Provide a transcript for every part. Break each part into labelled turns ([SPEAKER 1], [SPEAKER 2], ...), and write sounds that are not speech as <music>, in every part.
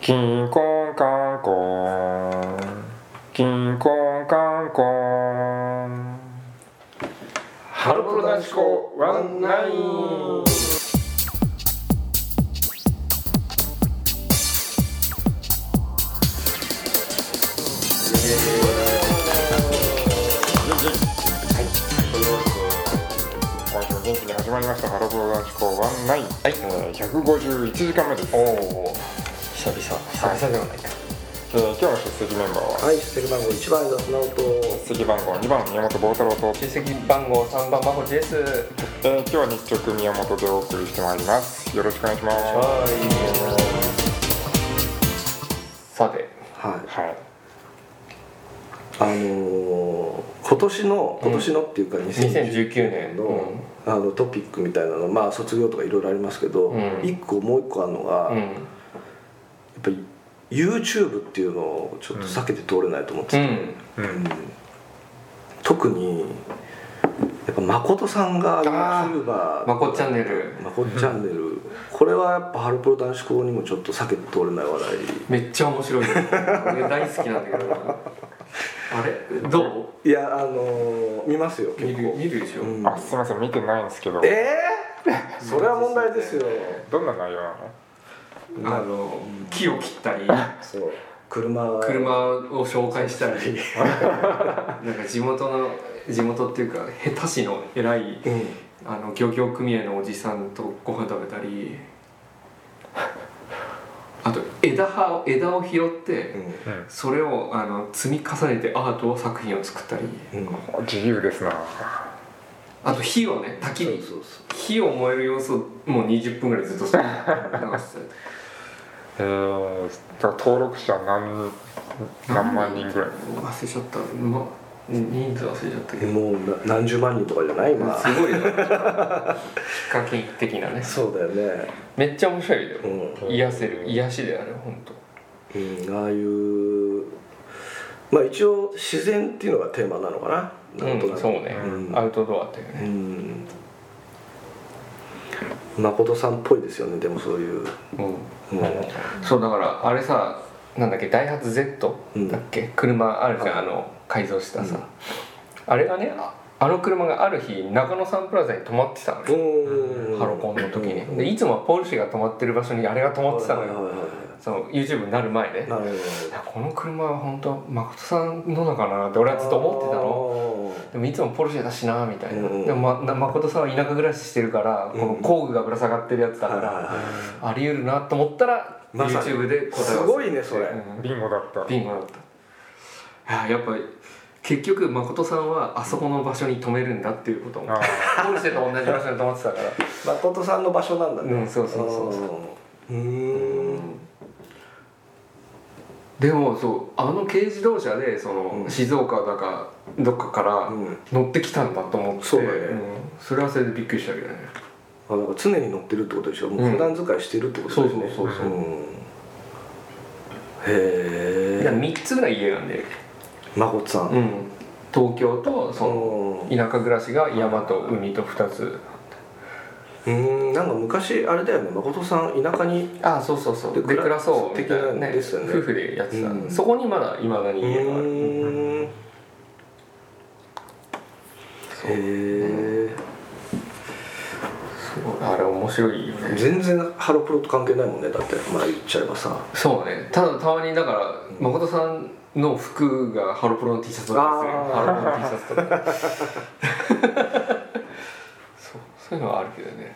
[SPEAKER 1] キンコンカンコンキンコンカンコンハロプロ男子校ワンナイン今週も元気に始まりましたハロプロ男子校ワンナイン
[SPEAKER 2] はい、
[SPEAKER 1] えー151時間目です、
[SPEAKER 2] お
[SPEAKER 1] えー
[SPEAKER 2] お久々久々ではないか
[SPEAKER 1] 今日の出席メンバーは
[SPEAKER 3] はい、出席番号1番が船尾と
[SPEAKER 1] 出席番号2番宮本坊太郎と、
[SPEAKER 2] 出席番号三番まほちです
[SPEAKER 1] えー、今日は日直宮本でお送りしてまいりますよろしくお願いします
[SPEAKER 2] はいさて
[SPEAKER 3] はい
[SPEAKER 1] はい
[SPEAKER 3] あのー今年の今年のっていうか2019
[SPEAKER 2] 2019
[SPEAKER 3] 年
[SPEAKER 2] 年
[SPEAKER 3] の,、あのトピックみたいなのまあ卒業とかいろいろありますけど、
[SPEAKER 2] うん
[SPEAKER 3] 一個もう一個あるのが、
[SPEAKER 2] うんう
[SPEAKER 3] やっ
[SPEAKER 2] ん
[SPEAKER 3] ぱり YouTube っていうのをちょっと避けて通れないと思って
[SPEAKER 2] う
[SPEAKER 3] て、
[SPEAKER 2] ん
[SPEAKER 1] うん
[SPEAKER 3] 特にやっぱ誠さんが
[SPEAKER 2] あー
[SPEAKER 3] YouTuber
[SPEAKER 2] まこっチャンネル
[SPEAKER 3] まこっチャンネル、これはやっぱハロプロ男子校にもちょっと避けて通れない話題
[SPEAKER 2] めっちゃ面白いよ俺大好きなんだけど <laughs> あれど
[SPEAKER 3] いやあのー見ますよ
[SPEAKER 2] う見
[SPEAKER 3] 結
[SPEAKER 2] る
[SPEAKER 3] 構
[SPEAKER 2] 見るでしょ、
[SPEAKER 3] うん
[SPEAKER 1] あすいません見てないんですけど
[SPEAKER 3] ええそれは問題ですよ
[SPEAKER 1] どんな内容なの
[SPEAKER 2] あの木を切ったり
[SPEAKER 3] そう車
[SPEAKER 2] 車を紹介したりなんか地元の地元っていうか下手市の偉い
[SPEAKER 3] うん
[SPEAKER 2] あの漁業組合のおじさんとご飯食べたり <laughs> あと枝葉を枝を拾ってそれをあの積み重ねてアート作品を作ったり
[SPEAKER 3] うんうん
[SPEAKER 1] うん自由ですな
[SPEAKER 2] あと火をね焚き
[SPEAKER 3] そう
[SPEAKER 2] 火
[SPEAKER 3] そうそ
[SPEAKER 2] 火を燃える様子をもう20分ぐらいずっと流して
[SPEAKER 1] えー、だから登録者何
[SPEAKER 2] た
[SPEAKER 1] 何万人ぐらい
[SPEAKER 2] 忘れちゃった、ま、人数忘れちゃったけ
[SPEAKER 3] う
[SPEAKER 2] ど
[SPEAKER 3] もうな何十万人とかじゃない今
[SPEAKER 2] すごいなヒカキン的なね
[SPEAKER 3] そうだよね
[SPEAKER 2] めっちゃ面白いよ
[SPEAKER 3] うん、
[SPEAKER 2] 癒せる癒しである本当。
[SPEAKER 3] うん、ああいうまあ一応自然っていうのがテーマなのかななんと
[SPEAKER 2] う、
[SPEAKER 3] なんく
[SPEAKER 2] そうね、
[SPEAKER 3] うん
[SPEAKER 2] アウトドアっていう
[SPEAKER 3] う
[SPEAKER 2] ね、
[SPEAKER 3] ん誠さんっぽいですよねでもそういう
[SPEAKER 2] うん、
[SPEAKER 3] も
[SPEAKER 2] そうだからあれさなんだっけダイハツ Z だっけ、車あるじゃんあの改造したさ、
[SPEAKER 3] うん
[SPEAKER 2] あれがねああの車がある日中野サンプラザに止まってたの
[SPEAKER 3] う
[SPEAKER 2] よ、
[SPEAKER 3] うん
[SPEAKER 2] ハロコンの時に、
[SPEAKER 3] うん
[SPEAKER 2] でいつもはポルシェが止まってる場所にあれが止まってたのよ、
[SPEAKER 3] はいはいはいは
[SPEAKER 2] その YouTube になる前ね、
[SPEAKER 3] いなるほど
[SPEAKER 2] いやこの車は本当誠さんののかなって俺はずっと思ってたの
[SPEAKER 3] の
[SPEAKER 2] でもいつもポルシェだしなみたいな、
[SPEAKER 3] うん
[SPEAKER 2] でも、ま、な誠さんは田舎暮らししてるから、この工具がぶら下がってるやつだから、あり得るなと思ったら、
[SPEAKER 3] まさに
[SPEAKER 2] YouTube で答えを
[SPEAKER 3] すごいねそれ
[SPEAKER 2] うん
[SPEAKER 1] ビンゴだった
[SPEAKER 2] ビンゴだったいややっぱり結局誠さんはあそこの場所に止めるんだっていうことも
[SPEAKER 1] あ
[SPEAKER 2] ポルシェと同じ場所に止まってたから
[SPEAKER 3] 誠さんの場所なんだね、
[SPEAKER 2] うんそうそうそうそう
[SPEAKER 3] うーん
[SPEAKER 2] でもそうあの軽自動車でその、
[SPEAKER 3] うん
[SPEAKER 2] 静岡だかどっかから
[SPEAKER 3] うん
[SPEAKER 2] 乗ってきたんだと思って、
[SPEAKER 3] そうだね
[SPEAKER 2] んそれはそれでびっくりしたけどね
[SPEAKER 3] あだから常に乗ってるってことでしょもう普段使いしてるってこと
[SPEAKER 2] そう
[SPEAKER 3] です
[SPEAKER 2] そう
[SPEAKER 3] ね
[SPEAKER 2] そうそう、
[SPEAKER 3] うん
[SPEAKER 2] いや
[SPEAKER 3] へえ
[SPEAKER 2] 3つぐらい家なんで、
[SPEAKER 3] 誠さん
[SPEAKER 2] うん、東京とその
[SPEAKER 3] う
[SPEAKER 2] 田舎暮らしが山と海と2つ
[SPEAKER 3] んうんなんか昔あれだよね誠さん田舎に
[SPEAKER 2] あそうそうそう
[SPEAKER 3] で
[SPEAKER 2] で暮らそうみたい
[SPEAKER 3] 的
[SPEAKER 2] な
[SPEAKER 3] な
[SPEAKER 2] ね
[SPEAKER 3] ですよね
[SPEAKER 2] 夫婦でやってた、
[SPEAKER 3] うん
[SPEAKER 2] そこにまだいまだに
[SPEAKER 3] う
[SPEAKER 2] 家がある
[SPEAKER 3] ーんへえ
[SPEAKER 2] すごいあれ面白いよね
[SPEAKER 3] 全然ハロプロと関係ないもんねだってまあ言っちゃえばさ
[SPEAKER 2] そうねただたまにだから誠さんの服がハロプロの T シャツだったりする
[SPEAKER 3] あー
[SPEAKER 2] ハロプロの T シャツとか
[SPEAKER 3] <laughs>
[SPEAKER 2] そうそういうのはあるけどね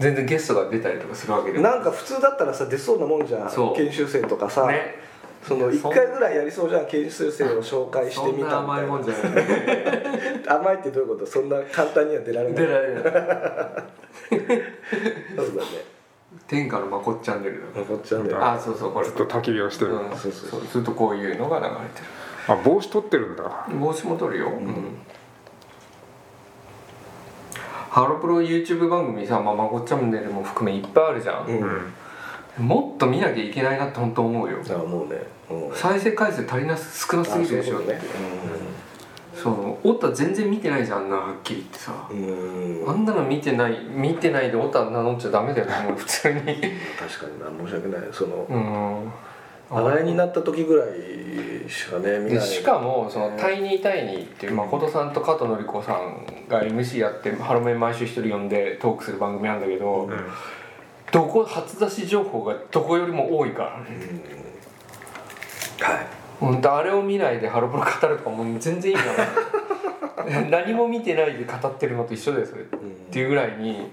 [SPEAKER 2] 全然ゲストが出たりとかするわけでも
[SPEAKER 3] なんか普通だったらさ出そうなもんじゃん
[SPEAKER 2] そう
[SPEAKER 3] 研修生とかさ、
[SPEAKER 2] ね
[SPEAKER 3] その1
[SPEAKER 2] そん
[SPEAKER 3] 回ぐらいやりそうじゃん研修生を紹介して
[SPEAKER 2] そ
[SPEAKER 3] みたみ
[SPEAKER 2] んな
[SPEAKER 3] たい
[SPEAKER 2] 甘い
[SPEAKER 3] な
[SPEAKER 2] もんじゃない
[SPEAKER 3] 甘いってどういうことそんな簡単には出られない
[SPEAKER 2] 出られない
[SPEAKER 3] そうだね
[SPEAKER 2] 天下のまこっチャンネルだか
[SPEAKER 3] 残っちゃうんだよ
[SPEAKER 2] らあそうそうこれ
[SPEAKER 1] ずっと焚き火をしてる、
[SPEAKER 2] う
[SPEAKER 3] そ
[SPEAKER 2] ん、そうう
[SPEAKER 3] そうそ
[SPEAKER 2] ずっとこういうのが流れて
[SPEAKER 1] あ帽子取ってるんだ
[SPEAKER 2] る帽子も取るよ、うんハロプロ YouTube 番組さ「まあまごっちゃんねる」も含めいっぱいあるじゃん、
[SPEAKER 3] うん、
[SPEAKER 2] もっと見なきゃいけないなって本当思うよ
[SPEAKER 3] あもうね、うん、
[SPEAKER 2] 再生回数足りなす少なすぎるでしょ
[SPEAKER 3] あそういうことね、
[SPEAKER 2] そそのオタ全然見てないじゃんあんなはっきり言ってさ
[SPEAKER 3] うん
[SPEAKER 2] あんなの見てない見てないでオタ名乗っちゃダメだよもう普通に
[SPEAKER 3] 確かにな申し訳ないその
[SPEAKER 2] <laughs> うん
[SPEAKER 3] 話題になった時ぐらいしかね見
[SPEAKER 2] で
[SPEAKER 3] ない
[SPEAKER 2] しかもその「タイニータイニー」っていう誠さんと加藤紀子さんが MC やってハロメン毎週一人呼んでトークする番組なんだけど、
[SPEAKER 1] うん
[SPEAKER 2] どこ初出し情報がどこよりも多いからね
[SPEAKER 3] はい
[SPEAKER 2] 本当あれを見ないでハロプロ語るとかもう全然意味わかんない何も見てないで語ってるのと一緒だよそれっていうぐらいに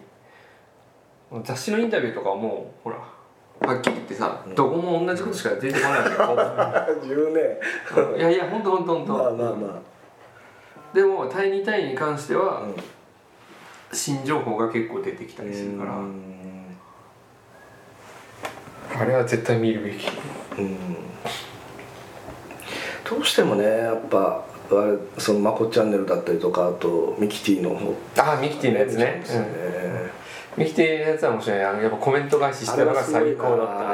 [SPEAKER 2] 雑誌のインタビューとかはもうほらはっきり言ってさ、
[SPEAKER 3] うん
[SPEAKER 2] どこも同じことしか出てこないの
[SPEAKER 3] <laughs>
[SPEAKER 2] よ
[SPEAKER 3] 自分ね
[SPEAKER 2] いやいやほんとほんとほんと、
[SPEAKER 3] まあまあま
[SPEAKER 2] でも「対2対」に関して
[SPEAKER 3] あ
[SPEAKER 2] は
[SPEAKER 3] うん
[SPEAKER 2] 新情報が結構出てきたりするから、
[SPEAKER 3] うん
[SPEAKER 2] あれは絶対見るべき
[SPEAKER 3] うんどうしてもねやっぱあれそのまこっちゃんねるだったりとかあとミキティの方
[SPEAKER 2] ああミキティのやつね
[SPEAKER 3] ですよね、
[SPEAKER 2] うんミキティのやつは面白いねあのやっぱコメント返ししたのが最高だったね
[SPEAKER 3] たね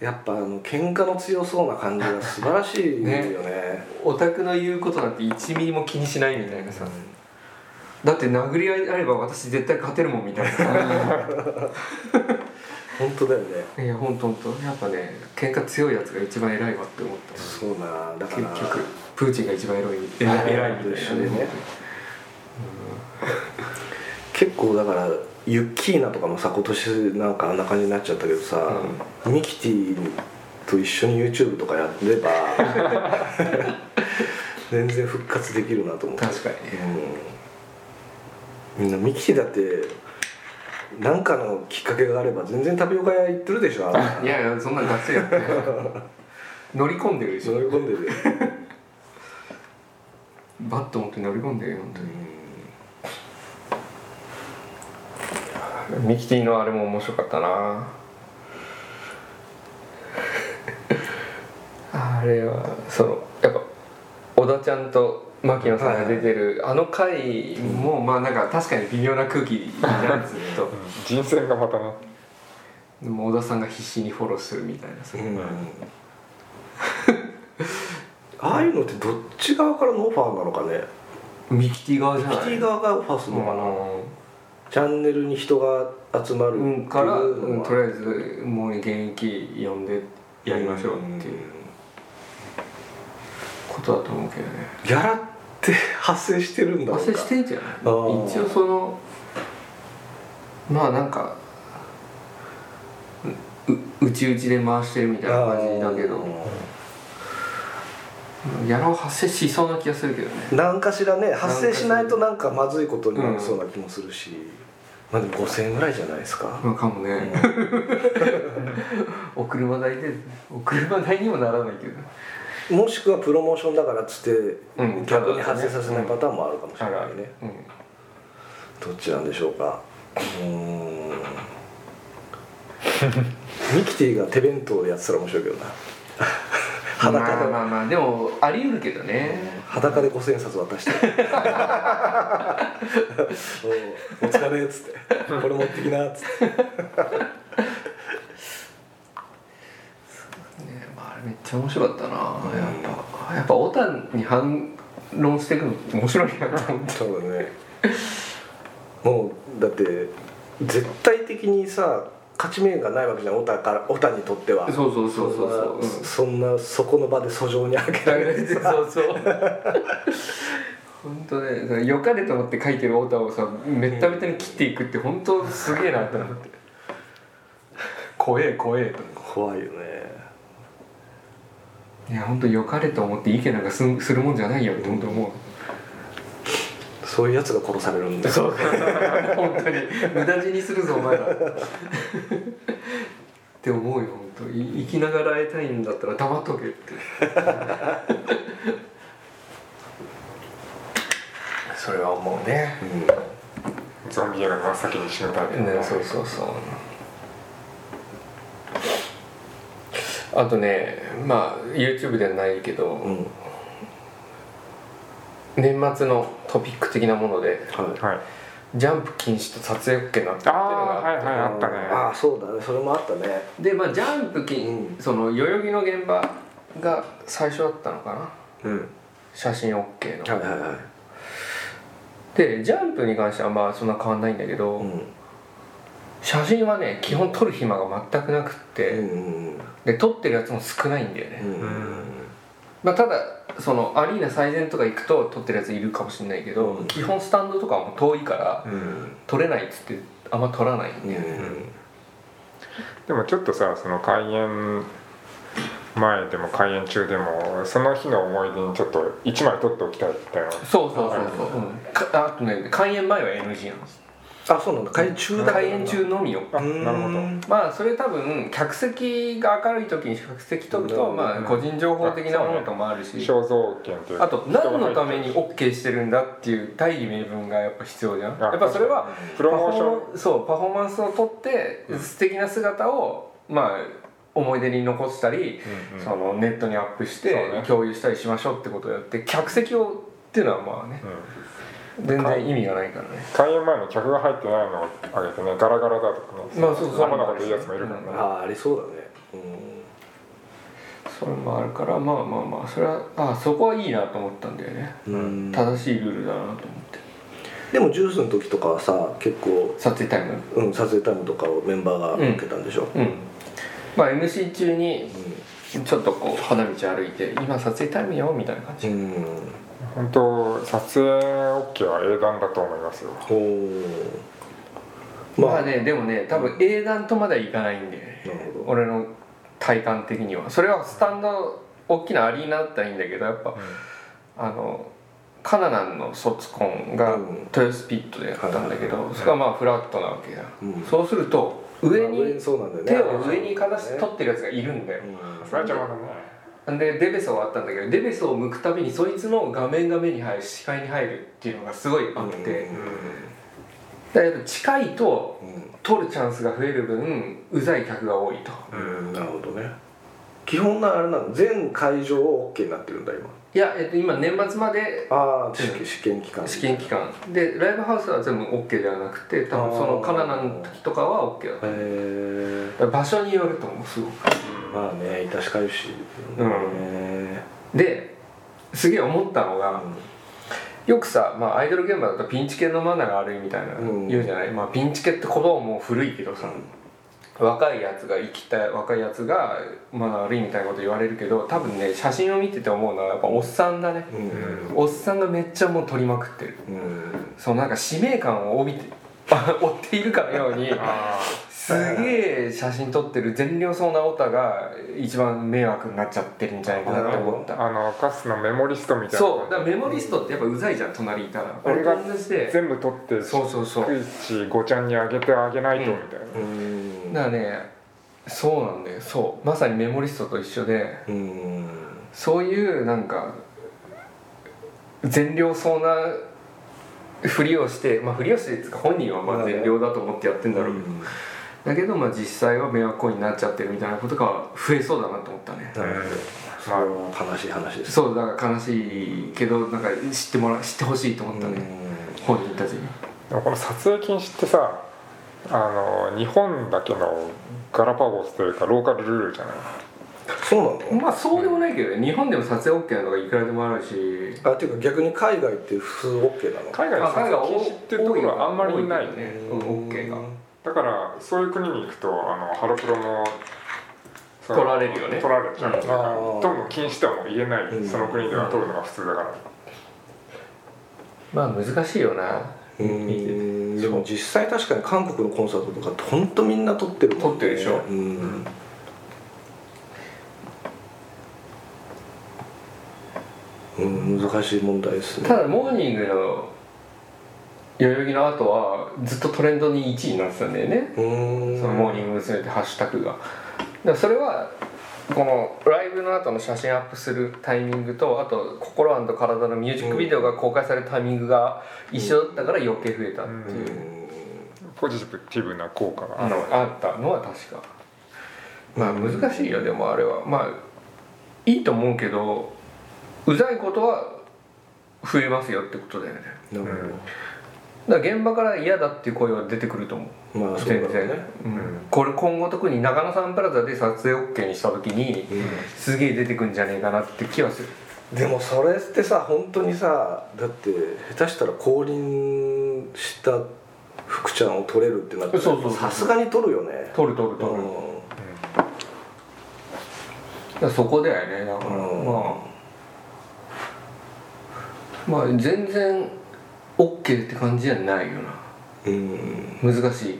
[SPEAKER 3] やっぱあの喧嘩の強そうな感じが素晴らしいよね
[SPEAKER 2] オタクの言うことなんて1ミリも気にしないみたいなさ、だって殴り合いあれば私絶対勝てるもんみたいな
[SPEAKER 3] 本当だよね
[SPEAKER 2] <laughs> いやほんとほんとやっぱね喧嘩強いやつが一番偉いわって思った
[SPEAKER 3] そうなだか
[SPEAKER 2] 結
[SPEAKER 3] ら
[SPEAKER 2] 局プーチンが一番偉い
[SPEAKER 3] あ
[SPEAKER 2] 偉い偉いみたいな
[SPEAKER 3] 一緒でね結構だからユッキーナとかもさ今年なんかあんな感じになっちゃったけどさ、ミキティと一緒に YouTube とかやれ
[SPEAKER 2] <laughs>
[SPEAKER 3] ば全然復活できるなと思って
[SPEAKER 2] 確かにね
[SPEAKER 3] うん、みんなミキティだってなんかのきっかけがあれば全然タピオカ屋行ってるでしょ
[SPEAKER 2] いやいやそんなガッツリや <laughs> ってない乗り込んでるでし
[SPEAKER 3] 乗
[SPEAKER 2] ょ
[SPEAKER 3] り込んでるよ
[SPEAKER 2] バット持って乗り込んでるよ本当にミキティのあれも面白かったなあれはそのやっぱ小田ちゃんと牧野さんが出てる、あの回もまあなんか確かに微妙な空気じゃんずっと
[SPEAKER 1] 人選がまたな
[SPEAKER 2] でも小田さんが必死にフォローするみたいなさ
[SPEAKER 3] うんああいうのってどっち側からのオファーなのかね
[SPEAKER 2] ミキティ側じゃな
[SPEAKER 3] ミ
[SPEAKER 2] い
[SPEAKER 3] キティ側がオファーするのかな、
[SPEAKER 2] うん
[SPEAKER 3] チャンネルに人が集まるっていううん
[SPEAKER 2] から、うん
[SPEAKER 3] の
[SPEAKER 2] とり
[SPEAKER 3] は
[SPEAKER 2] あえずもう現役呼んでやりましょうっていうことだと思うけどね
[SPEAKER 3] ギャラって発生してるんだろうか
[SPEAKER 2] 発生してんじゃない一
[SPEAKER 3] ー
[SPEAKER 2] 応そのまあなんかうううちうちで回してるみたいな感じだけどやらを発生しそうな気がするけどね
[SPEAKER 3] 何かしらね発生しないとなんかまずいことになりそうな気もするし、まあでも5000円ぐらいじゃないですか、
[SPEAKER 2] まあかもね、お車代でお車代にもならないけど
[SPEAKER 3] もしくはプロモーションだからっつって、
[SPEAKER 2] うん
[SPEAKER 3] 逆に発生させないパターンもあるかもしれないね、
[SPEAKER 2] うん
[SPEAKER 3] どっちなんでしょうかうーん <laughs> ミキティが手弁当でやってたら面白いけどな <laughs> 裸
[SPEAKER 2] まあ
[SPEAKER 3] で
[SPEAKER 2] まあまあでもあり得るけどね、
[SPEAKER 3] 裸で五千円札渡して <laughs> おうお疲れっつってこれ持ってきなっつって
[SPEAKER 2] ねまあ、あれめっちゃ面白かったな、やっぱやっぱオタに反論していくのって面白いなと思って
[SPEAKER 3] そうだねもうだって絶対的にさ勝ち目がないわけじゃんオタからオタにとっては
[SPEAKER 2] そうそうそうそうそううん
[SPEAKER 3] そんなそこの場で訴状にあげられてさ
[SPEAKER 2] そうそう本当ねその良かれと思って書いてるオタをさめっためたに切っていくって本当すげえなと思って怖え怖えと思っ
[SPEAKER 3] 怖いよね
[SPEAKER 2] ていや本当良かれと思って意見なんかすするもんじゃないよって本当思う
[SPEAKER 3] そういうやつが殺されるんだよ
[SPEAKER 2] そう本当に無駄死にするぞお前らって思うよ本当い生きながら会いたいんだったら黙っとけってそれは思うね
[SPEAKER 3] うん
[SPEAKER 1] ゾンビ映画が真っ先に死ぬため
[SPEAKER 2] ねそうそうそうあとねまあ YouTube ではないけど、
[SPEAKER 3] うん
[SPEAKER 2] 年末のトピック的なもので
[SPEAKER 3] はい
[SPEAKER 1] はい
[SPEAKER 2] ジャンプ禁止と撮影 OK にな
[SPEAKER 1] あ
[SPEAKER 2] ってるっていうの
[SPEAKER 1] あ
[SPEAKER 2] が
[SPEAKER 1] はいはいあったね
[SPEAKER 3] ああそうだねそれもあったね
[SPEAKER 2] でまあジャンプ禁、
[SPEAKER 3] うん
[SPEAKER 2] その代々木の現場が最初だったのかな
[SPEAKER 3] うん
[SPEAKER 2] 写真 OK の、
[SPEAKER 3] はいはいはい
[SPEAKER 2] でジャンプに関してはまあそんな変わんないんだけど、
[SPEAKER 3] うん
[SPEAKER 2] 写真はね基本撮る暇が全くなくって、
[SPEAKER 3] うん
[SPEAKER 2] で撮ってるやつも少ないんだよね、
[SPEAKER 3] うん
[SPEAKER 2] まあ、ただそのアリーナ最前とか行くと撮ってるやついるかもしれないけど、
[SPEAKER 3] うん
[SPEAKER 2] 基本スタンドとかはもう遠いから
[SPEAKER 1] うん
[SPEAKER 2] 撮れないっつってあんま撮らないん
[SPEAKER 3] う
[SPEAKER 2] だよね、
[SPEAKER 3] ん
[SPEAKER 1] でもちょっとさその開演前でも開演中でもその日の思い出にちょっと1枚取っておきたいみたいな
[SPEAKER 2] そうそうそうそう、うんかあとね開演前は NG なんです
[SPEAKER 3] あそうなんだ開演中だから
[SPEAKER 2] 開演中のみよ
[SPEAKER 1] あなるほど
[SPEAKER 3] うん
[SPEAKER 2] まあそれ多分客席が明るい時に客席取ると
[SPEAKER 3] うん
[SPEAKER 2] まあ個人情報的なものとかもあるし
[SPEAKER 1] 肖像権というか
[SPEAKER 2] あと何のために OK してるんだっていう大義名分がやっぱ必要じゃん
[SPEAKER 1] あ
[SPEAKER 2] やっぱそれは
[SPEAKER 1] プロモーシ
[SPEAKER 2] パフ
[SPEAKER 1] ョン
[SPEAKER 2] ォーマンそうパフォーマンスをとって素敵な姿をまあ思い出に残したり
[SPEAKER 1] うんうん
[SPEAKER 2] そのネットにアップし
[SPEAKER 1] そう
[SPEAKER 2] て
[SPEAKER 1] ね
[SPEAKER 2] 共有したりしましょうってことをやって客席をっていうのはまあね
[SPEAKER 1] うん
[SPEAKER 2] 全然意味がないからね
[SPEAKER 1] 開演前に客が入ってないのをあげてねガラガラだとかね
[SPEAKER 2] まあそうそう
[SPEAKER 1] 生なこと言うやつもいるからね、
[SPEAKER 3] ああありそうだねうん
[SPEAKER 2] それもあるからまあまあまあそれはあそこはいいなと思ったんだよね
[SPEAKER 3] うん
[SPEAKER 2] 正しいルールだなと思って
[SPEAKER 3] でもジュースの時とかはさ結構、
[SPEAKER 2] 撮影タイム
[SPEAKER 3] うん、撮影タイムとかをメンバーが受けたんでしょ、
[SPEAKER 2] うんまあ MC 中にちょっとこう花道歩いて「今撮影タイムよ」みたいな感
[SPEAKER 3] う
[SPEAKER 2] じ
[SPEAKER 3] ん
[SPEAKER 1] 本当撮影 OK は英断だと思いますよ
[SPEAKER 3] ほうん
[SPEAKER 2] まあ、ねでもね多分英断とまではいかないんで、ね
[SPEAKER 3] なるほど
[SPEAKER 2] 俺の体感的にはそれはスタンド大きなアリーナだったらいいんだけどやっぱあのカナダンの卒コンが
[SPEAKER 3] うん
[SPEAKER 2] 豊洲ピットでやったんだけど、
[SPEAKER 3] はいはい
[SPEAKER 2] それがまあフラットなわけじゃん、
[SPEAKER 3] うん
[SPEAKER 2] そうすると上に
[SPEAKER 3] そうなんだよね
[SPEAKER 2] 手を上にかざして取ってるやつがいるんだよ
[SPEAKER 3] う、ん
[SPEAKER 1] フラちゃんはね
[SPEAKER 2] でデベソはあったんだけどデベソを向くたびにそいつの画面が目に入る視界に入るっていうのがすごいあって、
[SPEAKER 3] うん
[SPEAKER 2] だけど近いと
[SPEAKER 3] うん
[SPEAKER 2] 取るチャンスが増える分うざい客が多いと
[SPEAKER 3] うんなるほどね基本なあれなの全会場を OK になってるんだ今
[SPEAKER 2] いや、えっと、今年末まで
[SPEAKER 3] ああ
[SPEAKER 2] う
[SPEAKER 3] 試
[SPEAKER 2] ん
[SPEAKER 3] 試験期間
[SPEAKER 2] 試験期間でライブハウスは全部 OK ではなくて多分そのカナダの時とかは OK だ
[SPEAKER 3] へ
[SPEAKER 2] っ
[SPEAKER 3] え
[SPEAKER 2] た場所によると思うすごく
[SPEAKER 3] まあねいたしかゆし
[SPEAKER 2] うん
[SPEAKER 3] ね
[SPEAKER 2] ですげえ思ったの
[SPEAKER 3] う
[SPEAKER 2] がよくさ、まあ、アイドル現場だとピンチ系のマナーが悪いみたいな
[SPEAKER 3] うん
[SPEAKER 2] 言うじゃない、まあ、ピンチ系って言葉ももう古いけどさ若いやつが生きた若いやつがマナー悪いみたいなこと言われるけど多分ね写真を見てて思うのはやっぱおっさんだね
[SPEAKER 3] んうん
[SPEAKER 2] おっさんがめっちゃもう撮りまくってる
[SPEAKER 3] うん
[SPEAKER 2] そのなんか使命感を帯びて <laughs> 追っているかのように
[SPEAKER 1] あ
[SPEAKER 2] すげえ写真撮ってる善良そうなオタが一番迷惑になっちゃってるんじゃないかなって思っ
[SPEAKER 1] ー
[SPEAKER 2] た
[SPEAKER 1] あのカスのメモリストみたいな
[SPEAKER 2] そうだからメモリストってやっぱうざいじゃん隣いたら
[SPEAKER 1] 俺が
[SPEAKER 2] 同じで
[SPEAKER 1] 全部取って
[SPEAKER 2] そうそうそうだか
[SPEAKER 1] 逐一ごちゃんにあげてあげないとみたいな、
[SPEAKER 3] うん
[SPEAKER 2] らねそうなんだよそうまさにメモリストと一緒で
[SPEAKER 3] うん
[SPEAKER 2] そういうなんか善良そうなふりをしてまあふりをしてっていうか本人はまあ善良だと思ってやってんだろうけどだけどまあ実際は迷惑行為になっちゃってるみたいなことが増えそうだなと思ったね
[SPEAKER 3] なるほどそれは悲しい話です
[SPEAKER 2] そうだから悲しいけどなんか知ってもら知ってほしいと思ったね、本人たちに
[SPEAKER 1] でもこの撮影禁止ってさあの日本だけのガラパゴスというかローカルルールじゃない
[SPEAKER 3] そうなの
[SPEAKER 2] まあそうでもないけどね、日本でも撮影 OK なのがいくらでもあるし
[SPEAKER 3] あっていうか逆に海外って普通 OK なの
[SPEAKER 1] 海外で
[SPEAKER 2] あ
[SPEAKER 1] 撮
[SPEAKER 2] 海外
[SPEAKER 1] 影禁止っていうところはあんまりないよね
[SPEAKER 2] ねうん OK が
[SPEAKER 1] だからそういう国に行くとあのハロプロもその
[SPEAKER 2] 取られるよね
[SPEAKER 1] 取られちゃう、
[SPEAKER 2] うん
[SPEAKER 1] だから
[SPEAKER 3] あー
[SPEAKER 1] どんどん禁止とはもう言えない、
[SPEAKER 3] うん
[SPEAKER 1] その国では取るのが普通だから、
[SPEAKER 2] まあ難しいよな
[SPEAKER 3] うんでも実際確かに韓国のコンサートとかってほんとみんな撮ってるもんね
[SPEAKER 2] 撮ってるでしょ
[SPEAKER 3] うんうん難しい問題ですね
[SPEAKER 2] ただモーニングの代々木の後はずっとトレンドに1位になってたんだよね、
[SPEAKER 3] うーん
[SPEAKER 2] そのモーニング娘。ってハッシュタグがだからそれはこのライブの後の写真アップするタイミングとあと「心体」のミュージックビデオが公開されるタイミングが一緒だったから余計増えたっていう、
[SPEAKER 1] うんポジティブな効果が
[SPEAKER 2] あ
[SPEAKER 1] ある、
[SPEAKER 2] のあったのは確かまあ難しいよでもあれはまあいいと思うけどうざいことは増えますよってことだよね
[SPEAKER 3] なる
[SPEAKER 2] だから現場から嫌だっていう声は出てくると思う
[SPEAKER 3] ほどまあそうだ
[SPEAKER 2] 全
[SPEAKER 3] ろう
[SPEAKER 2] 然、
[SPEAKER 3] ね
[SPEAKER 2] うんこれ今後特に長野サンプラザで撮影 OK にした時に、すげえ出てくんじゃねえかなって気はする
[SPEAKER 3] でもそれってさ本当にさだって下手したら降臨した福ちゃんを取れるってなって
[SPEAKER 2] そうそうそう
[SPEAKER 3] さすがに取るよね
[SPEAKER 2] 取る取る取る、だからそこだよねだから、
[SPEAKER 3] うん
[SPEAKER 2] まあまあ全然 OK って感じじゃないよな
[SPEAKER 3] うん、
[SPEAKER 2] 難しい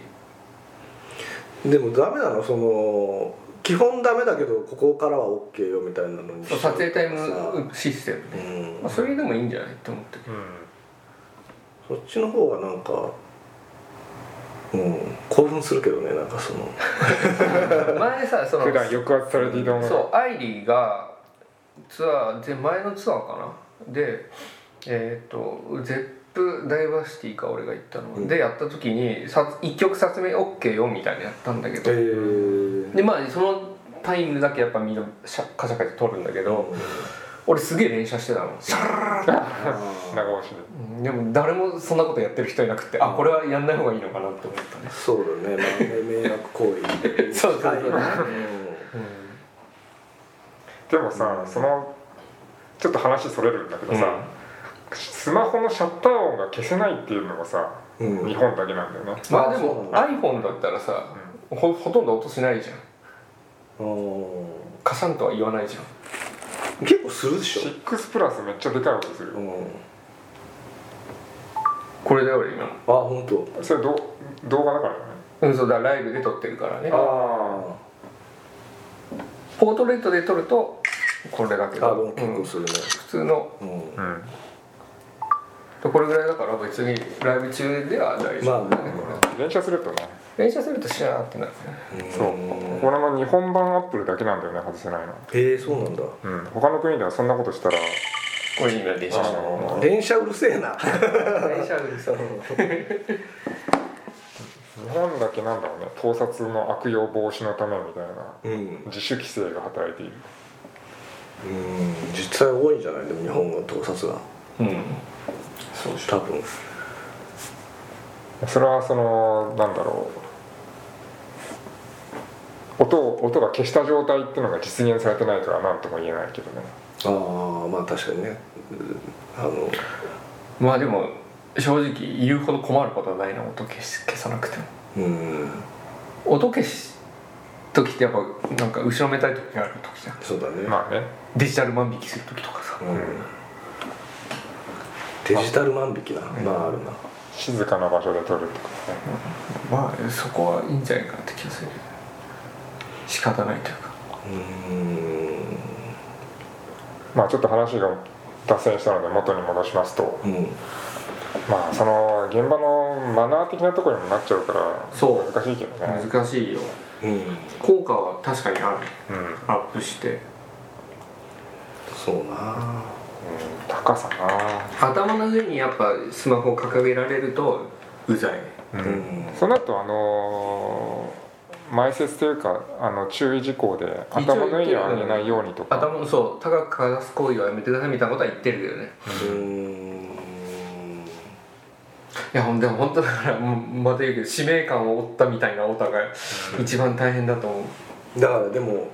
[SPEAKER 3] うん、でもダメなのその基本ダメだけどここからは OK よみたいなのに
[SPEAKER 2] 撮影タイ
[SPEAKER 3] さ
[SPEAKER 2] ムシステム
[SPEAKER 3] う
[SPEAKER 2] ね、
[SPEAKER 3] ん
[SPEAKER 2] まあ、それでもいいんじゃないって思って
[SPEAKER 1] うん
[SPEAKER 3] そっちの方がなんかうん興奮するけどねなんかその
[SPEAKER 2] 前さその
[SPEAKER 1] 普段抑圧されていたもの
[SPEAKER 2] そうアイリーがツアーで前のツアーかなでえっ、とゼップダイバーシティか俺が行ったの、
[SPEAKER 3] うん
[SPEAKER 2] でやった時にさ一曲撮影 OK よみたいなやったんだけ
[SPEAKER 3] え
[SPEAKER 2] ど、でまあそのタイムだけやっぱみんなシャカシャカで撮るんだけど、俺すげえ連写してたの
[SPEAKER 1] 長押しで
[SPEAKER 2] うんでも誰もそんなことやってる人いなくて、あこれはやんない方がいいのかなって思ったね、
[SPEAKER 3] そうだね、まあ、迷惑行為
[SPEAKER 2] そうそうそう
[SPEAKER 1] でもさそのちょっと話それるんだけどさ、スマホのシャッター音が消せないっていうのがさ、
[SPEAKER 3] うん
[SPEAKER 1] 日本だけなんだよね
[SPEAKER 2] まあで
[SPEAKER 3] そう
[SPEAKER 2] も iPhone だったらさ、ほほとんど音しないじゃん
[SPEAKER 3] うん
[SPEAKER 2] カシャンとは言わないじゃん
[SPEAKER 3] 結構するでしょ、
[SPEAKER 1] 6プラスめっちゃでかい音するよ、
[SPEAKER 3] うん、あ
[SPEAKER 2] これだよ俺今の
[SPEAKER 3] 本当。
[SPEAKER 1] それど動画だからね
[SPEAKER 2] うんそうだライブで撮ってるからね
[SPEAKER 3] あ
[SPEAKER 2] ポートレートで撮るとこれだけ
[SPEAKER 3] ーあで
[SPEAKER 2] ど
[SPEAKER 3] も、結
[SPEAKER 2] うん
[SPEAKER 3] 構
[SPEAKER 2] 普
[SPEAKER 3] するね、
[SPEAKER 2] 通の
[SPEAKER 3] うん
[SPEAKER 1] うん
[SPEAKER 2] これぐらいだから別にライブ中では大丈夫だね、
[SPEAKER 3] まあ
[SPEAKER 2] こ
[SPEAKER 1] 連射するとね
[SPEAKER 2] れ練習するとシャーってなるね
[SPEAKER 1] そうこれの日本版アップルだけなんだよね外せないの
[SPEAKER 3] えー、そうなんだ
[SPEAKER 1] うん他の国ではそんなことしたら
[SPEAKER 2] これ今練習
[SPEAKER 1] あ
[SPEAKER 2] したの
[SPEAKER 1] の
[SPEAKER 3] 電車うるせえな
[SPEAKER 2] 練習うるさい
[SPEAKER 1] 日本だけなんだろうね盗撮の悪用防止のためみたいな
[SPEAKER 3] うん、うん、
[SPEAKER 1] 自主規制が働いている
[SPEAKER 3] 実際多いんじゃないでも日本の盗撮が
[SPEAKER 2] うんそうでし
[SPEAKER 3] 多分
[SPEAKER 1] それはそのなんだろう音を音が消した状態っていうのが実現されてないとは何とも言えないけどね
[SPEAKER 3] ああまあ確かにねうんあの
[SPEAKER 2] ょまあでも正直言うほど困ることはないな音消し消さなくても
[SPEAKER 3] うん
[SPEAKER 2] 音消し時ってやっぱなんか後ろめたい時がある時じゃん
[SPEAKER 3] そうだね、
[SPEAKER 1] まあね
[SPEAKER 2] デジタル万引きする時とかさ、
[SPEAKER 3] うん、デジタル万引きなまああるな
[SPEAKER 1] 静かな場所で撮るとか
[SPEAKER 2] まあそこはいいんじゃないかなって気がする仕方ないというか
[SPEAKER 3] う
[SPEAKER 1] まあちょっと話が脱線したので元に戻しますと
[SPEAKER 3] んうん
[SPEAKER 1] まあその現場のマナー的なところにもなっちゃうから
[SPEAKER 2] そう
[SPEAKER 1] 難しいけどね
[SPEAKER 2] 難しいよ
[SPEAKER 3] うん
[SPEAKER 2] 効果は確かにある
[SPEAKER 1] うん、うん、
[SPEAKER 2] アップして
[SPEAKER 3] そうな
[SPEAKER 1] 高さ
[SPEAKER 2] 頭の上にやっぱスマホを掲げられるとうざい
[SPEAKER 1] な
[SPEAKER 3] うん
[SPEAKER 1] その後あのー前説というかあの注意事項で
[SPEAKER 2] 一応
[SPEAKER 1] 頭の上には上げないようにとか
[SPEAKER 2] 頭そう高くかざす行為はやめてくださいみたいなことは言ってるけどね
[SPEAKER 3] うん
[SPEAKER 2] いやほんでも本当だからもうまた言うけど使命感を負ったみたいなオタが一番大変だと思う
[SPEAKER 3] だからでも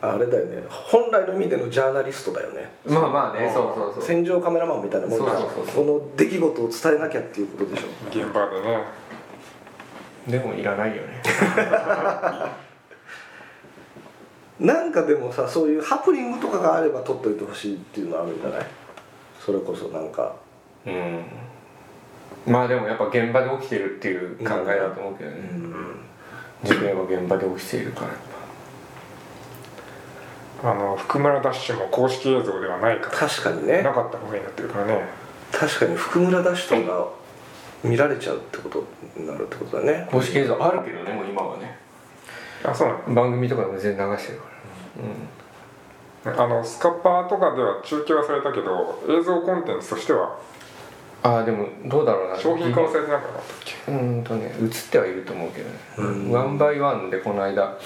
[SPEAKER 3] あれだよね本来の意味でのジャーナリストだよね
[SPEAKER 2] まあまあねそうそうそう
[SPEAKER 3] 戦場カメラマンみたいなもんだ
[SPEAKER 2] そうそうそ
[SPEAKER 3] この出来事を伝えなきゃっていうことでしょ
[SPEAKER 1] 現場でね
[SPEAKER 2] でもいらないよね
[SPEAKER 3] なんかでもさそういうハプニングとかがあれば撮っといてほしいっていうのはあるんじゃないそれこそなんか
[SPEAKER 2] うんまあでもやっぱ現場で起きてるっていう考えだと思うけどね、
[SPEAKER 3] うん
[SPEAKER 2] 事件は現場で起きているからやっ
[SPEAKER 1] あの福村ダッシュも公式映像ではないか
[SPEAKER 3] 確かに
[SPEAKER 1] ら
[SPEAKER 3] ね
[SPEAKER 1] なかったことになってるからね
[SPEAKER 3] 確かに福村ダッシュとか見られちゃうってことになるってことだね
[SPEAKER 2] ぱ公式映像あるけどねもう今はね
[SPEAKER 1] あそうなの
[SPEAKER 2] 番組とかでも全然流してるから
[SPEAKER 1] あのスカッパーとかでは中継はされたけど映像コンテンツとしては
[SPEAKER 2] ああでもどうだろうな
[SPEAKER 1] 商品化はされてなかったっけ
[SPEAKER 2] うーんとね映ってはいると思うけどね、
[SPEAKER 3] うん
[SPEAKER 2] ワンバイワンでこの間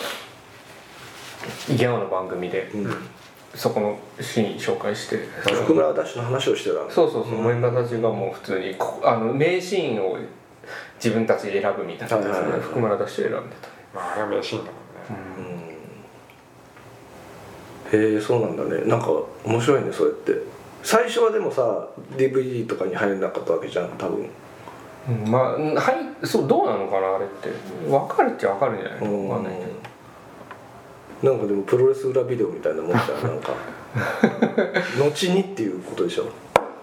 [SPEAKER 2] イギャオの番組で
[SPEAKER 3] うん
[SPEAKER 2] そこのシーン紹介して
[SPEAKER 3] 福村ダッシュの話をしてたんです
[SPEAKER 2] そうそうそう、メンバーたちがもう普通にこあの名シーンを自分たちで選ぶみたいな、
[SPEAKER 3] はいはいはい
[SPEAKER 2] 福村ダッシュ選んでたね
[SPEAKER 1] まああれは名シーンだもんね、
[SPEAKER 3] うんへえそうなんだねなんか面白いねそうやって最初はでもさ DVD とかに入れなかったわけじゃん多分
[SPEAKER 2] うんまあうんはいそうどうなのかなあれって分かるっちゃ分かるんじゃないの
[SPEAKER 3] う
[SPEAKER 2] わ
[SPEAKER 3] ん
[SPEAKER 2] かんないけど
[SPEAKER 3] なんかでもプロレス裏ビデオみたいなもんじゃんなん <laughs> か後にっていうことでしょ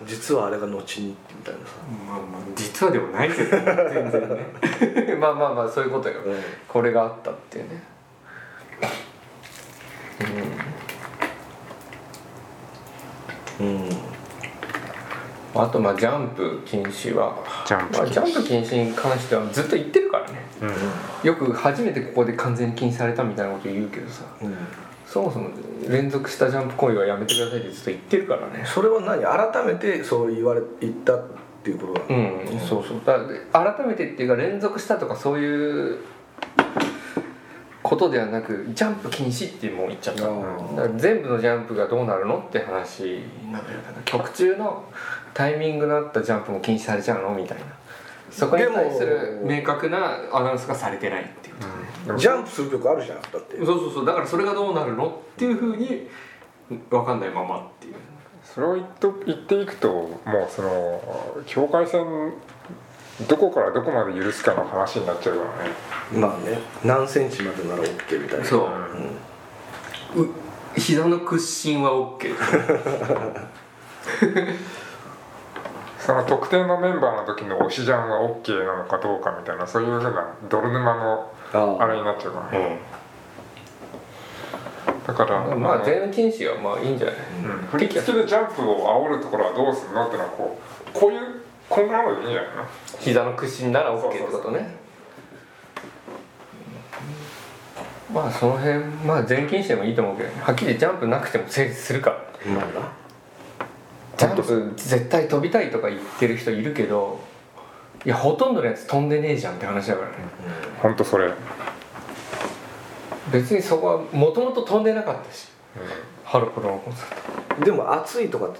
[SPEAKER 3] 実はあれが後にみたいなさ、
[SPEAKER 2] まあまあ実はでもないけどね全然ね <laughs> まあまあまあそういうことよ
[SPEAKER 3] うん
[SPEAKER 2] これがあったっていうね
[SPEAKER 3] うん
[SPEAKER 2] あとまあジャンプ禁止は
[SPEAKER 1] ジャンプ禁止
[SPEAKER 2] まあ、ジャンプ禁止に関してはずっと言ってるからね
[SPEAKER 1] うん
[SPEAKER 2] よく初めてここで完全に禁止されたみたいなこと言うけどさ
[SPEAKER 3] うん
[SPEAKER 2] そもそも連続したジャンプ行為はやめてくださいってずっと言ってるからね
[SPEAKER 3] それは何改めてそう言われ言ったっていうことな
[SPEAKER 2] う
[SPEAKER 3] の
[SPEAKER 2] ん、そうそうだから改めてっていうか連続したとかそういうことではなくジャンプ禁止ってもう言っちゃっただ
[SPEAKER 3] あ
[SPEAKER 2] か
[SPEAKER 3] ー
[SPEAKER 2] ら全部のジャンプがどうなるのって話なんだよな曲中のタイミングのあったジャンプも禁止されちゃうのみたいなそこに対す
[SPEAKER 3] で
[SPEAKER 2] る
[SPEAKER 3] も
[SPEAKER 2] 明確なアナウンスがされてないっていうことね、
[SPEAKER 3] ジャンプする曲あるじゃんだって
[SPEAKER 2] そうそうそうだからそれがどうなるのっていうふうに分かんないままっていう
[SPEAKER 1] それを言っと言っていくともうその境界線どこからどこまで許すかの話になっちゃうからね
[SPEAKER 3] まあね何センチまでなら OK みたいな
[SPEAKER 2] そう
[SPEAKER 3] うん、
[SPEAKER 2] う膝の屈伸は OK
[SPEAKER 1] その特定のメンバーの時の推しジャンは OK なのかどうかみたいなそういうふうな泥沼の
[SPEAKER 3] あ
[SPEAKER 1] あれになっちゃうからねだから
[SPEAKER 2] まあ
[SPEAKER 1] の
[SPEAKER 2] 全面禁止はまあいいんじゃない
[SPEAKER 1] うん振り切るジャンプを煽るところはどうするのってのはこうこういうこんなのでいいんじゃないかな
[SPEAKER 2] 膝の屈伸なら OK
[SPEAKER 1] そう
[SPEAKER 2] って
[SPEAKER 1] そう
[SPEAKER 2] こ
[SPEAKER 1] そう
[SPEAKER 2] とねまあその辺まあ全面禁止でもいいと思うけどねはっきりジャンプなくても成立するから
[SPEAKER 3] まあな
[SPEAKER 2] ジャンプ絶対飛びたいとか言ってる人いるけどいやほとんどのやつ飛んでねえじゃんって話だからね
[SPEAKER 1] ほんとそれ
[SPEAKER 2] 別にそこはもともと飛んでなかったし、ハロプロのコンサート
[SPEAKER 3] でも暑いとかっ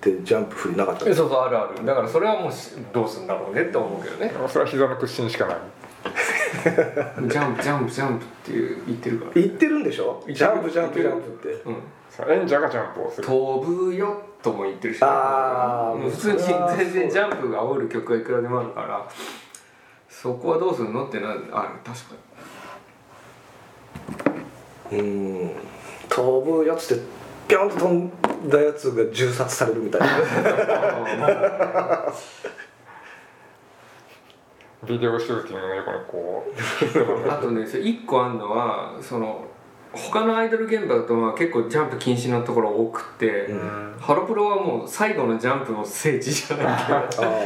[SPEAKER 3] てジャンプ振りなかった
[SPEAKER 2] えそうそうあるあるだからそれはもうしどうするんだろうねって思うけどね
[SPEAKER 1] でもそれは膝の屈伸しかない
[SPEAKER 2] ジャンプジャンプジャンプっていう言ってるから
[SPEAKER 3] 言ってるんでしょジャンプジャンプジ
[SPEAKER 2] 言っ
[SPEAKER 3] ャ
[SPEAKER 2] て
[SPEAKER 3] ン
[SPEAKER 2] る
[SPEAKER 3] プって
[SPEAKER 2] うん
[SPEAKER 1] そう演者がジャンプをする
[SPEAKER 2] 飛ぶよとも言ってるし、
[SPEAKER 3] あー
[SPEAKER 2] うん普通に
[SPEAKER 3] それはそう
[SPEAKER 2] 全然ジャンプが煽る曲がいくらでもあるからそこはどうするのってなある確か
[SPEAKER 3] うん飛ぶやつってピョンと飛んだやつが銃殺されるみたいな
[SPEAKER 1] ビデオシューティングの横にこ
[SPEAKER 2] にあとねそれ一個あるのはその他のアイドル現場だとまあ結構ジャンプ禁止のところ多くて、
[SPEAKER 3] うん
[SPEAKER 2] ハロプロはもう最後のジャンプの聖地じゃないけど
[SPEAKER 3] ああ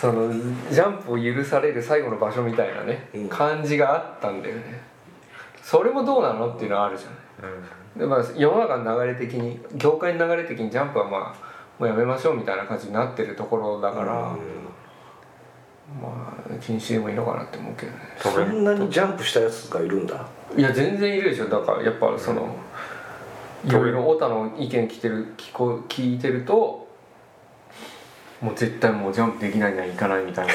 [SPEAKER 2] そのジャンプを許される最後の場所みたいなね、
[SPEAKER 3] うん
[SPEAKER 2] 感じがあったんだよねそれもどうなのっていうのはあるじゃない、
[SPEAKER 1] う、うん、
[SPEAKER 2] でまあ、世の中の流れ的に業界の流れ的にジャンプはまあもうやめましょうみたいな感じになってるところだから、まあ禁止でもいいのかなって思うけどね
[SPEAKER 3] そんなにジャンプしたやつがいるんだ
[SPEAKER 2] いや全然いるでしょだからやっぱその、いろいろ太田の意見聞いてる聞こ聞いてるともう絶対もうジャンプできないなら行かないみたいな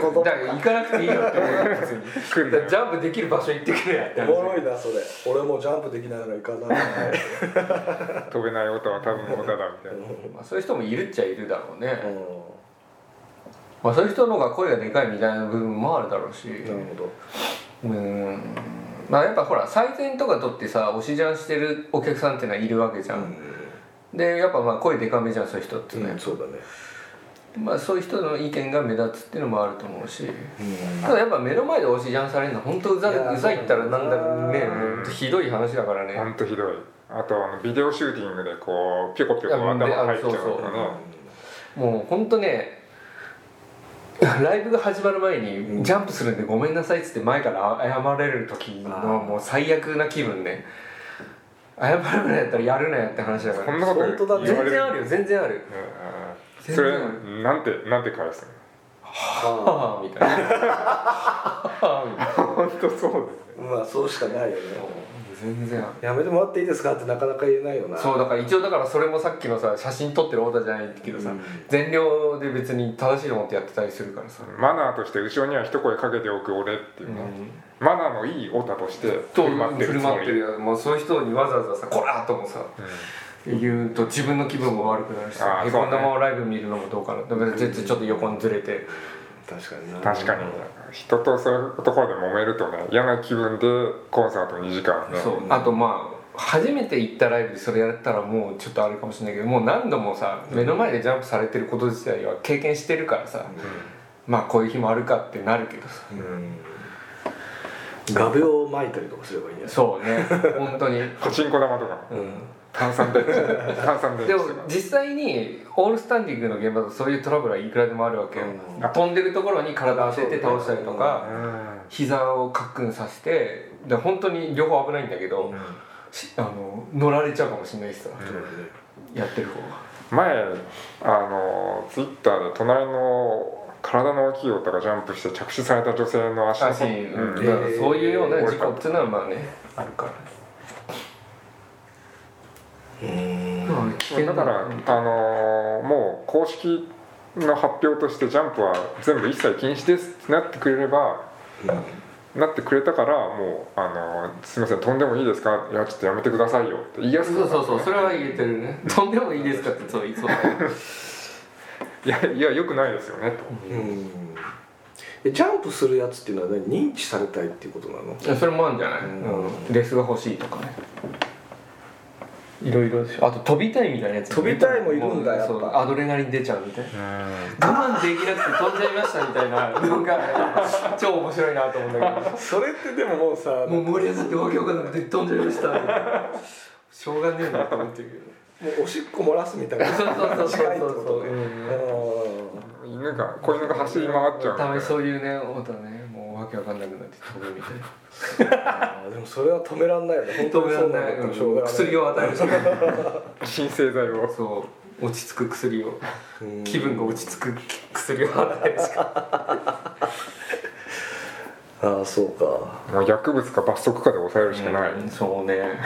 [SPEAKER 2] こと言うやつもいるだから行かなくていいよって思うよ別に
[SPEAKER 1] 来る
[SPEAKER 2] だからジャンプできる場所行ってくれやって話
[SPEAKER 3] いなそれ俺もジャンプできないなら行かない
[SPEAKER 1] 飛べない音は多分オタだみたいな
[SPEAKER 2] まあ、そういう人もいるっちゃいるだろうね、
[SPEAKER 3] う
[SPEAKER 2] まあ、そういう人の方が声がでかいみたいな部分もあるだろうし
[SPEAKER 3] んなるほど
[SPEAKER 2] うーんまあやっぱほら採点とか取ってさ推しジャンしてるお客さんっていうのはいるわけじゃん、でやっぱまあ声でかめじゃんそういう人ってね、
[SPEAKER 3] そうだね
[SPEAKER 2] まあそういう人の意見が目立つっていうのもあると思うし
[SPEAKER 3] うん
[SPEAKER 2] ただやっぱ目の前で推しジャンされるのは本当うざ
[SPEAKER 3] いやー
[SPEAKER 2] うざいったらなんだろうね
[SPEAKER 1] うん
[SPEAKER 2] ひどい話だから
[SPEAKER 1] ほ
[SPEAKER 2] ね
[SPEAKER 1] んとひどいあとあのビデオシューティングでこうピョコピョコ頭が入っちゃうとかね
[SPEAKER 2] もう本当ねライブが始まる前
[SPEAKER 3] う
[SPEAKER 2] に「
[SPEAKER 3] ん
[SPEAKER 2] ジャンプするんでごめんなさい」っつって前から謝れる時の
[SPEAKER 3] あー
[SPEAKER 2] もう最悪な気分ね謝るなやったらやるなやって話だか
[SPEAKER 1] こんな
[SPEAKER 2] ら
[SPEAKER 1] こと
[SPEAKER 3] 本当だね
[SPEAKER 1] 言われ
[SPEAKER 2] 全
[SPEAKER 1] る
[SPEAKER 2] 然あるよ全然ある
[SPEAKER 1] うん
[SPEAKER 2] 全
[SPEAKER 1] そ
[SPEAKER 2] 然
[SPEAKER 1] れ
[SPEAKER 2] ある
[SPEAKER 1] なんてなんて返す
[SPEAKER 3] は
[SPEAKER 2] はあみたいなはあみたいな
[SPEAKER 1] のほんとそうですね
[SPEAKER 3] あまあそうしかないよね
[SPEAKER 2] 全然ある
[SPEAKER 3] やめてもらっていいですかってなかなか言えないよな
[SPEAKER 2] そうだから一応だからそれもさっきのさ写真撮ってる太田じゃないけどさ、
[SPEAKER 3] うん
[SPEAKER 2] 全量で別に正しいと思ってやってたりするからさ、
[SPEAKER 1] マナーとして後ろには一声かけておく俺っていううね、
[SPEAKER 2] ん、
[SPEAKER 1] マナーのいいオタとして
[SPEAKER 2] と
[SPEAKER 1] 振る舞って
[SPEAKER 2] 振
[SPEAKER 1] る
[SPEAKER 2] る
[SPEAKER 1] つも
[SPEAKER 2] 舞っ
[SPEAKER 1] り
[SPEAKER 2] てるよもうそういう人にわざわざさ「こら!」ともさ言うと自分の気分も悪くなるしさ
[SPEAKER 1] あー
[SPEAKER 2] へこんだままライブ見るのもどうかなだから絶対ちょっと横にずれて
[SPEAKER 3] 確かにな
[SPEAKER 1] 確かに人とそういうところで揉めるとね嫌な気分でコンサート2時間ね
[SPEAKER 2] そうあとまあ初めて行ったライブでそれやったらもうちょっとあれかもしれないけどもう何度もさ目の前でジャンプされてること自体は経験してるからさ、まあこういう日もあるかってなるけどさ
[SPEAKER 3] 画鋲を巻いたりとかすればいいんじゃない
[SPEAKER 2] そうね本当に
[SPEAKER 1] パチンコ玉とか
[SPEAKER 2] <laughs>
[SPEAKER 1] ね
[SPEAKER 3] うん
[SPEAKER 1] 炭酸電池炭酸電池
[SPEAKER 2] でも
[SPEAKER 1] とか
[SPEAKER 2] 実際にオールスタンディングの現場だとそういうトラブルはいくらでもあるわけよ、
[SPEAKER 3] うん
[SPEAKER 2] 飛んでるところに体当てて倒したりとか、
[SPEAKER 1] うん
[SPEAKER 2] 膝をカックンさせてで本当に両方危ないんだけど、しあの乗られちゃうかもしれないしさ、やってる方が
[SPEAKER 1] 前あのツイッターで隣の体の大きい男がジャンプして着地された女性の足の
[SPEAKER 2] あし、うん
[SPEAKER 1] う
[SPEAKER 2] だ
[SPEAKER 1] ん
[SPEAKER 3] え
[SPEAKER 2] からそういうような事故っていうのはまあねあるから、
[SPEAKER 3] うん
[SPEAKER 2] うん、危険
[SPEAKER 1] だから、あのーもう公式の発表としてジャンプは全部一切禁止ですってなってくれればなってくれたからもう、あのーすみません飛んでもいいですかいやちょっとやめてくださいよって言いやすく
[SPEAKER 2] そ
[SPEAKER 1] な
[SPEAKER 2] う
[SPEAKER 1] った
[SPEAKER 2] そうそうそれは言えてる <laughs> ねとんでもいいですかってそういつも
[SPEAKER 1] いやいやよくないですよねと
[SPEAKER 3] うんえジャンプするやつっていうのは何認知されたいっていうことなの
[SPEAKER 2] それもあるんじゃない、
[SPEAKER 3] うん
[SPEAKER 2] うんレスが欲しいとかねいろいろでしょあと飛びたいみたいなやつ
[SPEAKER 3] 飛びたいもいるんだやっぱ
[SPEAKER 2] そうアドレナリン出ちゃうみたいな我慢できなくて飛んじゃいましたみたいなのが超面白いなと思うんだけど
[SPEAKER 3] それってでももうさ
[SPEAKER 2] もう盛り上がってわけわかんなくて飛んじゃいましたしょうがねえなと思ってる
[SPEAKER 3] もうおしっこ漏らすみたいな
[SPEAKER 2] けどそうそうそう
[SPEAKER 3] 近いって
[SPEAKER 2] そ
[SPEAKER 3] こ
[SPEAKER 2] うそう
[SPEAKER 3] とね
[SPEAKER 2] うん
[SPEAKER 1] うん犬が子犬が走り回っちゃうみたい
[SPEAKER 2] たま
[SPEAKER 1] な
[SPEAKER 2] にそういうね音ねもうわけわかんなくなって飛ぶみたいな
[SPEAKER 3] あーでもそれは止めらんないよね本当にそうなんだったらしょうがない
[SPEAKER 2] 薬を与えるしかない
[SPEAKER 1] 鎮静剤を
[SPEAKER 2] そう落ち着く薬を
[SPEAKER 3] うん
[SPEAKER 2] 気分が落ち着く薬を与えるしか
[SPEAKER 3] ああそうか
[SPEAKER 1] もう薬物か罰則かで抑えるしかない、
[SPEAKER 2] うんそうね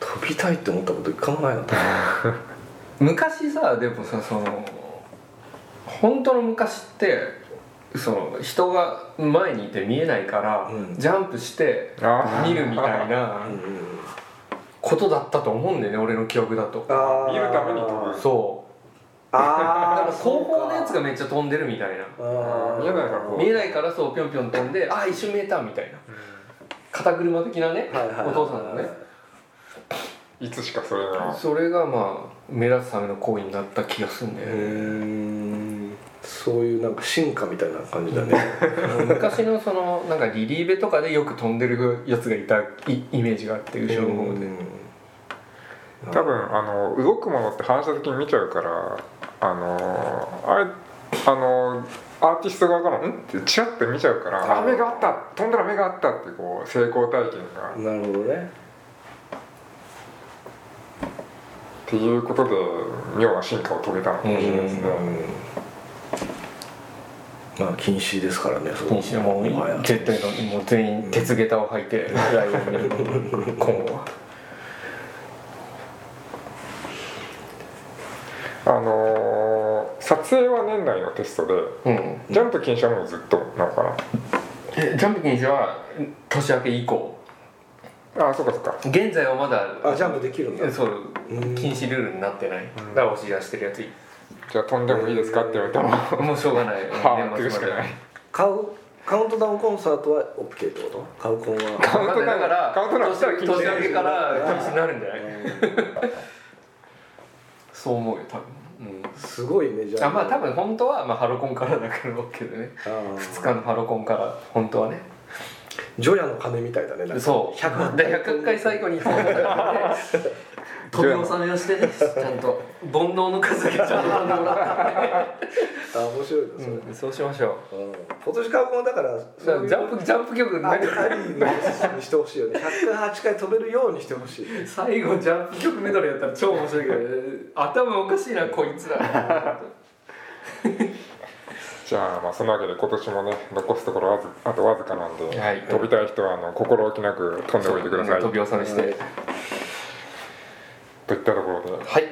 [SPEAKER 3] 飛びたいって思ったこと一回もないな
[SPEAKER 2] 昔さでもさその本当の昔ってその人が前にいて見えないから、
[SPEAKER 3] うん
[SPEAKER 2] ジャンプして
[SPEAKER 1] あー
[SPEAKER 2] 見るみたいなことだったと思うんだよね俺の記憶だと
[SPEAKER 3] あー
[SPEAKER 1] 見るために飛ぶ
[SPEAKER 2] そうだ
[SPEAKER 3] あ
[SPEAKER 2] か
[SPEAKER 3] あ
[SPEAKER 2] ら後方のやつがめっちゃ飛んでるみたいな
[SPEAKER 1] 見えないからこう
[SPEAKER 2] 見えないからそうぴょんぴょん飛んであー一瞬見えたみたいな肩車的なね、お父さんのね
[SPEAKER 1] いつしかそれが
[SPEAKER 2] それがまあ目立つための行為になった気がするんだよね、
[SPEAKER 3] んそういうなんか進化みたいな感じだ
[SPEAKER 2] <laughs>
[SPEAKER 3] ね
[SPEAKER 2] 昔のそのなんかリリーベとかでよく飛んでるやつがいたイイメージがあって後ろの方で、
[SPEAKER 1] 多分あの動くものって反射的に見ちゃうからあのあれあのアーティスト側から「ん?」ってチラッて見ちゃうから「あ目があった飛んだら目があった」ってこう成功体験がっ
[SPEAKER 3] なるほどね
[SPEAKER 1] ていうことで妙な進化を遂げたのかもしれないですね、
[SPEAKER 3] まあ禁止ですからねそ
[SPEAKER 2] 禁止もう
[SPEAKER 3] もはや
[SPEAKER 2] 絶対のもう全員鉄下駄を履いてライブを見る今後は
[SPEAKER 1] あの撮影は年内のテストで
[SPEAKER 2] うん
[SPEAKER 1] ジャンプ禁止はもうずっとなのか
[SPEAKER 2] えジャンプ禁止は年明け以降
[SPEAKER 1] なあそうかそうか
[SPEAKER 2] 現在はまだ
[SPEAKER 3] あジャンプできるんだ
[SPEAKER 2] そう
[SPEAKER 3] うん
[SPEAKER 2] 禁止ルールになってないだから押し出してるやつ <laughs> い
[SPEAKER 1] じゃあ飛んでもいいですかって言われた <laughs> らは
[SPEAKER 2] もうしょうがない
[SPEAKER 1] あっていうしかない
[SPEAKER 3] 買うカウントダウンコンサートは OK ってことカウコンは
[SPEAKER 2] <laughs>
[SPEAKER 1] カウ
[SPEAKER 2] カ
[SPEAKER 1] ント
[SPEAKER 2] ウント
[SPEAKER 1] ダ
[SPEAKER 2] だか
[SPEAKER 1] ウン
[SPEAKER 2] ら
[SPEAKER 1] カウントダウンしたら禁
[SPEAKER 2] 年
[SPEAKER 1] 止
[SPEAKER 2] 年明けから禁止になるんじゃないそう思うよ多分うん
[SPEAKER 3] すごいねじゃあ
[SPEAKER 2] あまあ多分本当はまあハロコンからだから OK でね
[SPEAKER 3] あー
[SPEAKER 2] 2日のハロコンから本当はね
[SPEAKER 3] ジョヤの鐘みたいだねなんか
[SPEAKER 2] そう
[SPEAKER 3] 100
[SPEAKER 2] で100回最後にそうなんだけどね飛び納めをしてねちゃんと煩悩の数だけちゃんと飛んでもら
[SPEAKER 3] あ面白いなそれ、
[SPEAKER 2] ったうんそうしましょ
[SPEAKER 3] うん今年カウコンだから
[SPEAKER 2] うだからジャンプジャンプ曲
[SPEAKER 3] あ
[SPEAKER 2] なん
[SPEAKER 3] り
[SPEAKER 2] か
[SPEAKER 3] ありのにしてほしいよね108回飛べるようにしてほしい
[SPEAKER 2] 最後ジャンプ曲メドレーやったら超面白いけどね頭おかしいなこいつら
[SPEAKER 1] じゃあまあそんなわけで今年もね残すところわずあとわずかなんで、
[SPEAKER 2] はい
[SPEAKER 1] 飛びたい人はあの心置きなく飛んでおいてください
[SPEAKER 2] 飛び納めして
[SPEAKER 3] はい
[SPEAKER 1] といったところで
[SPEAKER 2] はい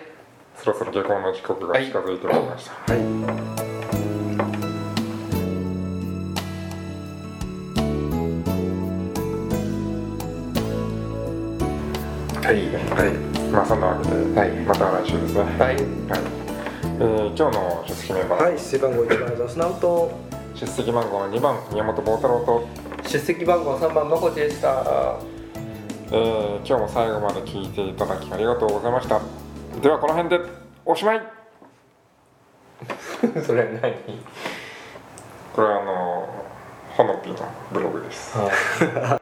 [SPEAKER 1] そろそろ下校の時刻が近づいてまいりました、はい
[SPEAKER 3] はい
[SPEAKER 1] まあそんなわけで、
[SPEAKER 2] はい
[SPEAKER 1] また来週ですねはい、
[SPEAKER 2] はい
[SPEAKER 1] えー今日の出席メンバー、
[SPEAKER 3] はい背番号1番ザスナウト
[SPEAKER 1] 出席番号2番宮本坊太郎と、
[SPEAKER 2] 出席番号3番まこちでした
[SPEAKER 1] えー今日も最後まで聞いていただきありがとうございましたではこの辺でおしまい
[SPEAKER 2] それは何
[SPEAKER 1] これはあのほのぴのブログです
[SPEAKER 2] はい